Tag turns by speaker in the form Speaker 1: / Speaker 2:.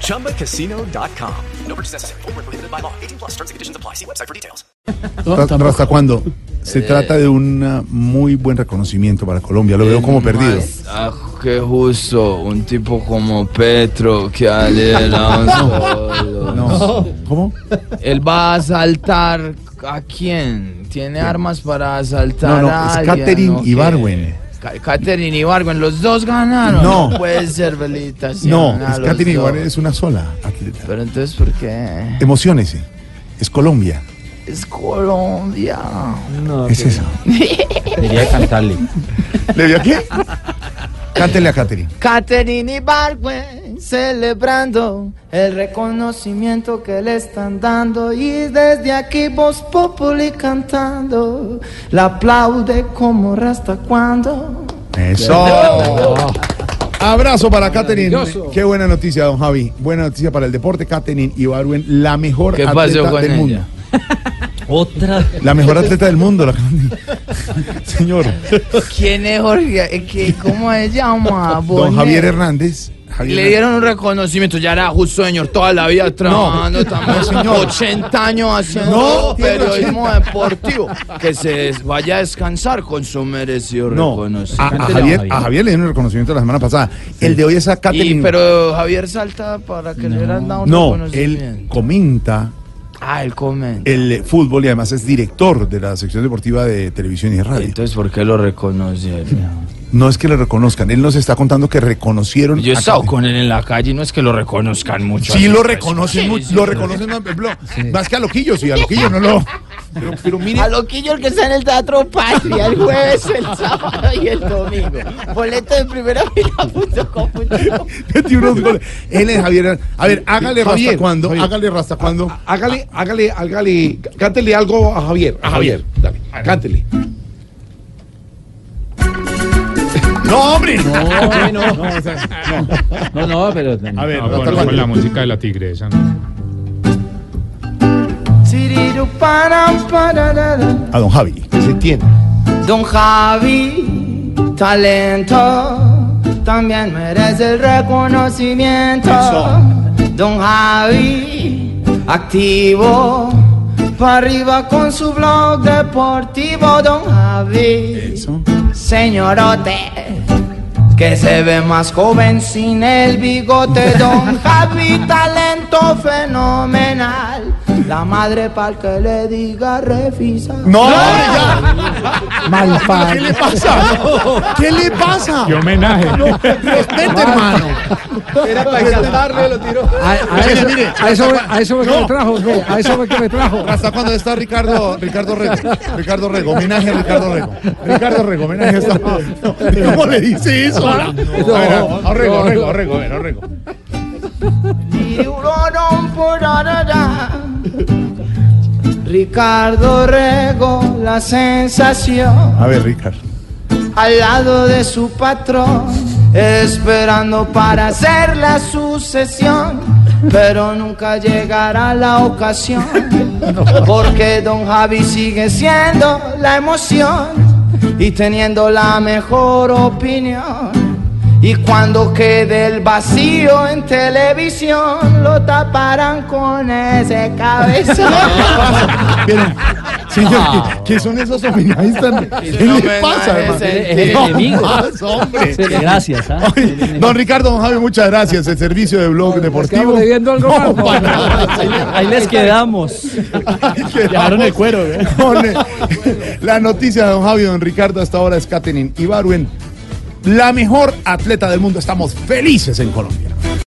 Speaker 1: ChumbaCasino.com. No purchase necessary. Void where prohibited by law. 18 plus terms and conditions apply. See website for details.
Speaker 2: ¿Hasta cuándo?
Speaker 3: Eh.
Speaker 2: Se trata de un ah, muy buen reconocimiento para Colombia. Lo veo como perdido.
Speaker 3: Ah, qué justo, un tipo como Petro que alela un solo.
Speaker 2: No. ¿Cómo?
Speaker 3: Él va a asaltar a quién? Tiene armas
Speaker 2: No,
Speaker 3: para asaltar
Speaker 2: no,
Speaker 3: a
Speaker 2: es
Speaker 3: alguien.
Speaker 2: Catherine
Speaker 3: ¿o qué?
Speaker 2: Ibarwen.
Speaker 3: Ca- Catherine Ibarwen, los dos ganaron.
Speaker 2: No.
Speaker 3: puede ser felicitación.
Speaker 2: No,
Speaker 3: a
Speaker 2: es
Speaker 3: los
Speaker 2: Katherine
Speaker 3: dos.
Speaker 2: Ibarwen es una sola atleta.
Speaker 3: Pero entonces, ¿por qué?
Speaker 2: Emociones. Es Colombia.
Speaker 3: Es Colombia.
Speaker 2: Es eso.
Speaker 4: Debería cantarle.
Speaker 2: ¿Le dio qué? Cántele a Catherine.
Speaker 3: Catherine Ibargüen celebrando el reconocimiento que le están dando y desde aquí Voz Populi cantando la aplaude como rasta cuando
Speaker 2: Eso. Abrazo para Catherine. Qué buena noticia, don Javi. Buena noticia para el deporte. Catherine Ibarwen, la mejor
Speaker 3: ¿Qué pasó
Speaker 2: atleta
Speaker 3: con
Speaker 2: del
Speaker 3: ella?
Speaker 2: mundo.
Speaker 4: Otra.
Speaker 2: La mejor atleta del mundo. la- Señor,
Speaker 3: ¿Quién es Jorge? Eh, ¿qué- ¿Cómo se llama?
Speaker 2: don
Speaker 3: Bonet.
Speaker 2: Javier Hernández. Javier
Speaker 3: Le dieron un reconocimiento, ya era justo, señor, toda la vida trabajando, estamos 80 años haciendo
Speaker 2: No, tiene
Speaker 3: periodismo deportivo. Que se des- vaya a descansar con su merecido
Speaker 2: No, Ah, a,
Speaker 3: reconocimiento.
Speaker 2: a Javier, a Javier le dieron un reconocimiento la semana pasada. El de hoy es a
Speaker 3: Y,
Speaker 2: Catherine.
Speaker 3: pero Javier salta para que le hubieran dado un
Speaker 2: no, él
Speaker 3: reconocimiento.
Speaker 2: comenta
Speaker 3: Ah, él comenta.
Speaker 2: el eh, fútbol y además es director de la sección deportiva de televisión y radio.
Speaker 3: Entonces, ¿por qué lo reconocieron?
Speaker 2: No es que le reconozcan, él nos está contando que reconocieron.
Speaker 3: Yo he
Speaker 2: a
Speaker 3: estado
Speaker 2: Catherine.
Speaker 3: con él en la calle y no es que lo reconozcan mucho.
Speaker 2: Sí,
Speaker 3: así,
Speaker 2: lo
Speaker 3: pues.
Speaker 2: reconocen,
Speaker 3: Sí,
Speaker 2: mu-
Speaker 3: sí,
Speaker 2: lo reconocen no, pero- más que a Loquillo, sí, a Loquillo no lo. Pero, pero mire,
Speaker 5: A loquillo el que está en el Teatro Patria el jueves, el sábado y el domingo. Boleto en primera fila.com.co.
Speaker 2: metió unos goles. Él es Javier. A ver, hágale rasta
Speaker 6: Javier,
Speaker 2: cuando,
Speaker 6: Javier.
Speaker 2: hágale rasta cuando.
Speaker 6: Hágale, hágale, hágale, cántele algo a Javier, a Javier, dale, cántele.
Speaker 2: No, hombre,
Speaker 4: No, no, no. No, no, pero.
Speaker 2: A ver,
Speaker 7: No,
Speaker 2: rasta
Speaker 7: con,
Speaker 2: cuando.
Speaker 7: con la música de la tigresa, ¿no?
Speaker 3: Siriru, param, pararara.
Speaker 2: a don Javi.
Speaker 6: Que se entienda.
Speaker 3: Don Javi, talento, también merece el reconocimiento. Don Javi, activo, para arriba con su blog deportivo. Don Javi, señorote, que se ve más joven sin el bigote. Don Javi, talento fenomenal. La madre para que le diga refisa.
Speaker 2: No, hombre, ya. ¿Qué le pasa? ¿Qué le pasa?
Speaker 7: ¡Qué homenaje!
Speaker 2: Vete, hermano.
Speaker 6: Era para cantarle, lo tiró.
Speaker 4: A, a eso, a eso, a eso fue que me trajo, no, a eso fue que me trajo.
Speaker 2: ¿Hasta cuándo está Ricardo, Ricardo Rego? Ricardo Rego, homenaje a Ricardo Rego. Ricardo Rego, homenaje a esta... ¿Cómo le dice eso? ahora? a ver, a- a Rego, a Rego, a Rego, a ver, a Rego.
Speaker 3: Ricardo Rego, la sensación
Speaker 2: A ver, Ricardo.
Speaker 3: al lado de su patrón, esperando para hacer la sucesión, pero nunca llegará la ocasión, porque don Javi sigue siendo la emoción y teniendo la mejor opinión. Y cuando quede el vacío en televisión, lo taparán con ese cabezón.
Speaker 2: Miren, señor, ¿qué, qué son esos homenajes tan... ¿Qué le pasa, hermano?
Speaker 4: El, el
Speaker 2: No
Speaker 4: enemigo.
Speaker 2: más, hombre.
Speaker 4: Gracias, ¿ah?
Speaker 2: Ay, Don Ricardo, don Javi, muchas gracias. El servicio de blog deportivo.
Speaker 4: Estamos debiendo algo más,
Speaker 2: No,
Speaker 4: ¿no?
Speaker 2: para nada,
Speaker 4: Ahí les quedamos.
Speaker 2: Llevaron el cuero, Con, eh, La noticia de don Javi y don Ricardo hasta ahora es Katherine Ibarwen, la mejor atleta del mundo. Estamos felices en Colombia.